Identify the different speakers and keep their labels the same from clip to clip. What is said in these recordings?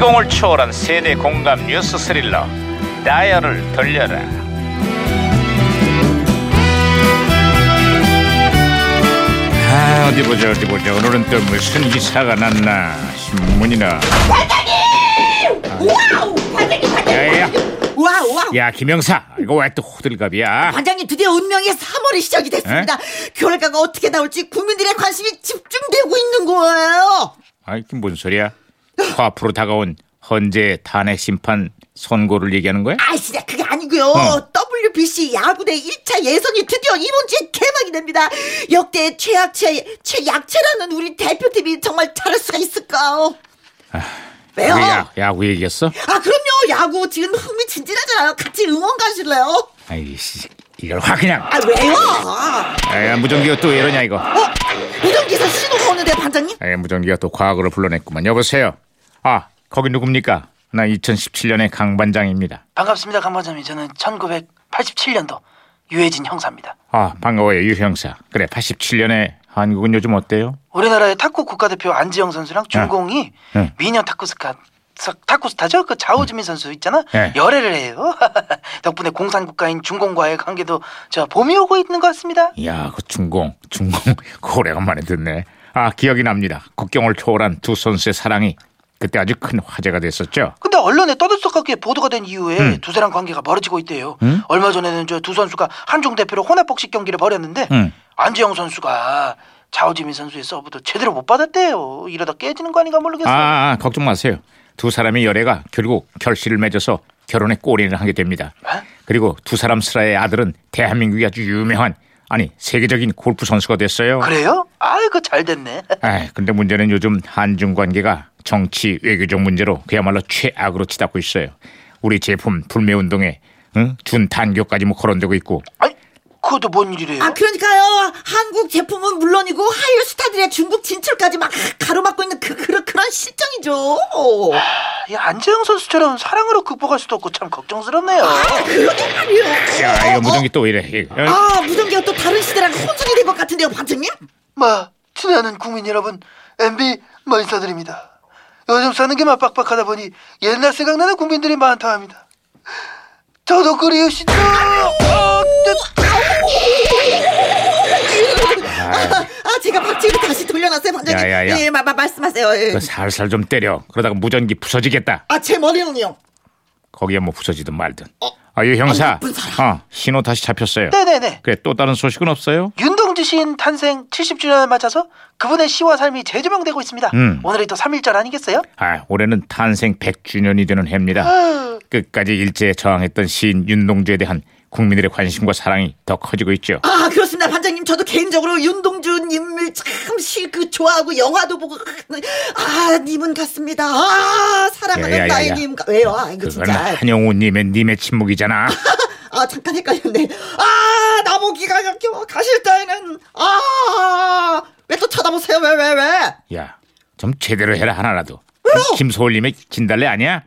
Speaker 1: 폭풍을 초월한 세대 공감 뉴스 스릴러 다이얼을 돌려라 아 어디 보자 어디 보자 오늘은 또 무슨 기사가 났나 신문이나
Speaker 2: 와우! 반장님, 반장님!
Speaker 1: 야야
Speaker 2: 와우, 와우!
Speaker 1: 야 김영사 이거 왜 또 호들갑이야
Speaker 2: 반장님, 드디어 운명의 3월이 시작이 됐습니다.
Speaker 1: 예?
Speaker 2: 결과가 어떻게 나올지 국민들의 관심이 집중되고 있는 거예요.
Speaker 1: 아이 그뭔 소리야 화앞으로 다가온 헌재 탄핵 심판 선고를 얘기하는 거야?
Speaker 2: 아, 진짜 그게 아니고요.
Speaker 1: 어.
Speaker 2: WBC 야구대 1차 예선이 드디어 이번 주에 개막이 됩니다. 역대 최약체, 최약체라는 우리 대표팀이 정말 잘할 수가 있을까?
Speaker 1: 우리
Speaker 2: 왜요?
Speaker 1: 아, 야, 야구 얘기했어?
Speaker 2: 아, 그럼요. 야구 지금 흥미진진하잖아요. 같이 응원 가실래요?
Speaker 1: 아이씨 이걸 확 그냥
Speaker 2: 아, 왜요? 아,
Speaker 1: 아야 무전기가 또 이러냐 이거
Speaker 2: 어? 우정기사 신호가 오는데, 반장님?
Speaker 1: 아야 무전기가 또 과거를 불러냈구만 여보세요 아 거기 누굽니까 나 2017년의 강 반장입니다
Speaker 3: 반갑습니다, 강반장님. 저는 1987년도 유해진 형사입니다.
Speaker 1: 아 반가워요 유 형사 그래 87년에 한국은 요즘 어때요?
Speaker 3: 우리나라의 탁구 국가대표 안지영 선수랑 준공이
Speaker 1: 응.
Speaker 3: 미녀 탁구 스카 스- 탁구 스타죠? 그 자오지민 선수 있잖아.
Speaker 1: 예.
Speaker 3: 열애를 해요. 덕분에 공산 국가인 중공과의 관계도 저 봄이 오고 있는 것 같습니다.
Speaker 1: 이야 그 중공 중공 그 오래간만에 듣네 아 기억이 납니다 국경을 초월한 두 선수의 사랑이 그때 아주 큰 화제가 됐었죠
Speaker 3: 근데 언론에 떠들썩하게 보도가 된 이후에 두 사람 관계가 멀어지고 있대요. 얼마 전에는 저 두 선수가 한중 대표로 혼합복식 경기를 벌였는데
Speaker 1: 응.
Speaker 3: 안지영 선수가 자오지민 선수의 서브도 제대로 못 받았대요. 이러다 깨지는 거 아닌가 모르겠어요.
Speaker 1: 아, 아 걱정 마세요. 두 사람의 열애가 결국 결실을 맺어서 결혼의 꼬리를 하게 됩니다.
Speaker 3: 에?
Speaker 1: 그리고 두 사람 슬하의 아들은 대한민국이 아주 유명한 아니 세계적인 골프 선수가 됐어요.
Speaker 3: 그래요? 아이고 잘 됐네.
Speaker 1: 아, 근데 문제는 요즘 한중 관계가 정치 외교적 문제로 그야말로 최악으로 치닫고 있어요. 우리 제품 불매 운동에 응? 준 단교까지 뭐 거론되고 있고.
Speaker 3: 아니 그것도 뭔 일이래요?
Speaker 2: 아 그러니까요 한국 제품은 물론이고 한류 스타들의 중국 진출까지 막 가로막고 있는 그, 그런 그런 실정이죠
Speaker 3: 이 안재영 선수처럼 사랑으로 극복할 수도 없고 참 걱정스럽네요.
Speaker 2: 그러게 말이요
Speaker 1: 야, 이거 무전기 또 이래. 이- 어?
Speaker 2: 아 무전기가 또 다른 시대랑 혼선이 된 것 같은데요 반장님
Speaker 3: 마 친애하는 국민 여러분, MB 마 인사드립니다. 요즘 사는 게 막 빡빡하다 보니 옛날 생각나는 국민들이 많다 합니다. 저도 그리우시죠? 어, 뜻-
Speaker 2: 아, 아, 제가 박치기를 다시 돌려놨어요 반장님
Speaker 1: 야, 야, 야.
Speaker 2: 예, 마, 마, 말씀하세요 예.
Speaker 1: 그 살살 좀 때려. 그러다가 무전기 부서지겠다.
Speaker 2: 아제 머리는요
Speaker 1: 거기에 뭐 부서지든 말든. 아, 유 형사.
Speaker 2: 아니, 나쁜
Speaker 1: 어, 신호 다시 잡혔어요.
Speaker 3: 네네네.
Speaker 1: 그래 또 다른 소식은 없어요?
Speaker 3: 윤동주 시인 탄생 70주년을 맞아서 그분의 시와 삶이 재조명되고 있습니다.
Speaker 1: 음.
Speaker 3: 오늘이 또 3.1절 아니겠어요?
Speaker 1: 아 올해는 탄생 100주년이 되는 해입니다.
Speaker 3: 아,
Speaker 1: 끝까지 일제에 저항했던 시인 윤동주에 대한 국민들의 관심과 사랑이 더 커지고 있죠.
Speaker 2: 아 그렇습니다 반장님 저도 개인적으로 윤동준 인물 참시그 좋아하고 영화도 보고 아 님은 같습니다 아
Speaker 1: 야, 야,
Speaker 2: 사랑하는
Speaker 1: 야, 야.
Speaker 2: 나의님 왜요 아 이거
Speaker 1: 그건
Speaker 2: 진짜
Speaker 1: 한영우님의 님의 침묵이잖아.
Speaker 2: 아 잠깐 헷갈렸네. 아 나무기가 엮여 가실 때는 아, 아왜 또 쳐다보세요 왜 왜 왜?
Speaker 1: 야 좀 제대로 해라 하나라도.
Speaker 2: 왜요?
Speaker 1: 김소월님의 진달래 아니야?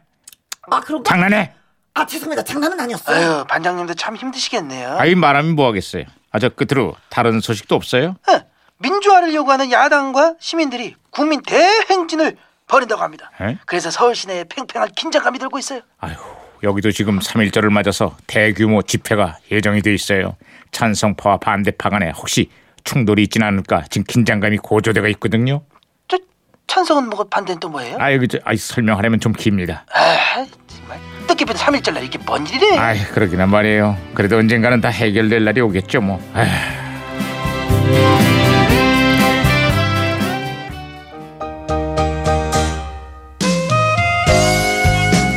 Speaker 2: 아 그런가?
Speaker 1: 장난해?
Speaker 2: 아 죄송합니다 장난은 아니었어요.
Speaker 3: 아유 반장님도 참 힘드시겠네요.
Speaker 1: 아이 말하면 뭐하겠어요. 아 저 끝으로 다른 소식도 없어요?
Speaker 3: 예, 민주화를 요구하는 야당과 시민들이 국민 대행진을 벌인다고 합니다.
Speaker 1: 에?
Speaker 3: 그래서 서울 시내에 팽팽한 긴장감이 들고 있어요.
Speaker 1: 아휴, 여기도 지금 3.1절을 맞아서 대규모 집회가 예정이 돼 있어요. 찬성파와 반대파 간에 혹시 충돌이 있진 않을까 지금 긴장감이 고조되고 있거든요.
Speaker 3: 저 찬성은 뭐고 반대는 또 뭐예요?
Speaker 1: 아, 여기 저, 아, 설명하려면 좀 깁니다.
Speaker 3: 아, 정말 뜻깊은 3일절 날 이게 뭔 일이래?
Speaker 1: 아, 그러기나 말이에요. 그래도 언젠가는 다 해결될 날이 오겠죠, 뭐. 아휴.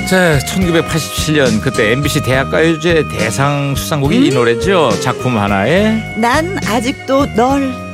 Speaker 1: 자, 1987년 그때 MBC 대학가요제 대상 수상곡이 이 노래죠. 작품 하나에
Speaker 2: 난 아직도 널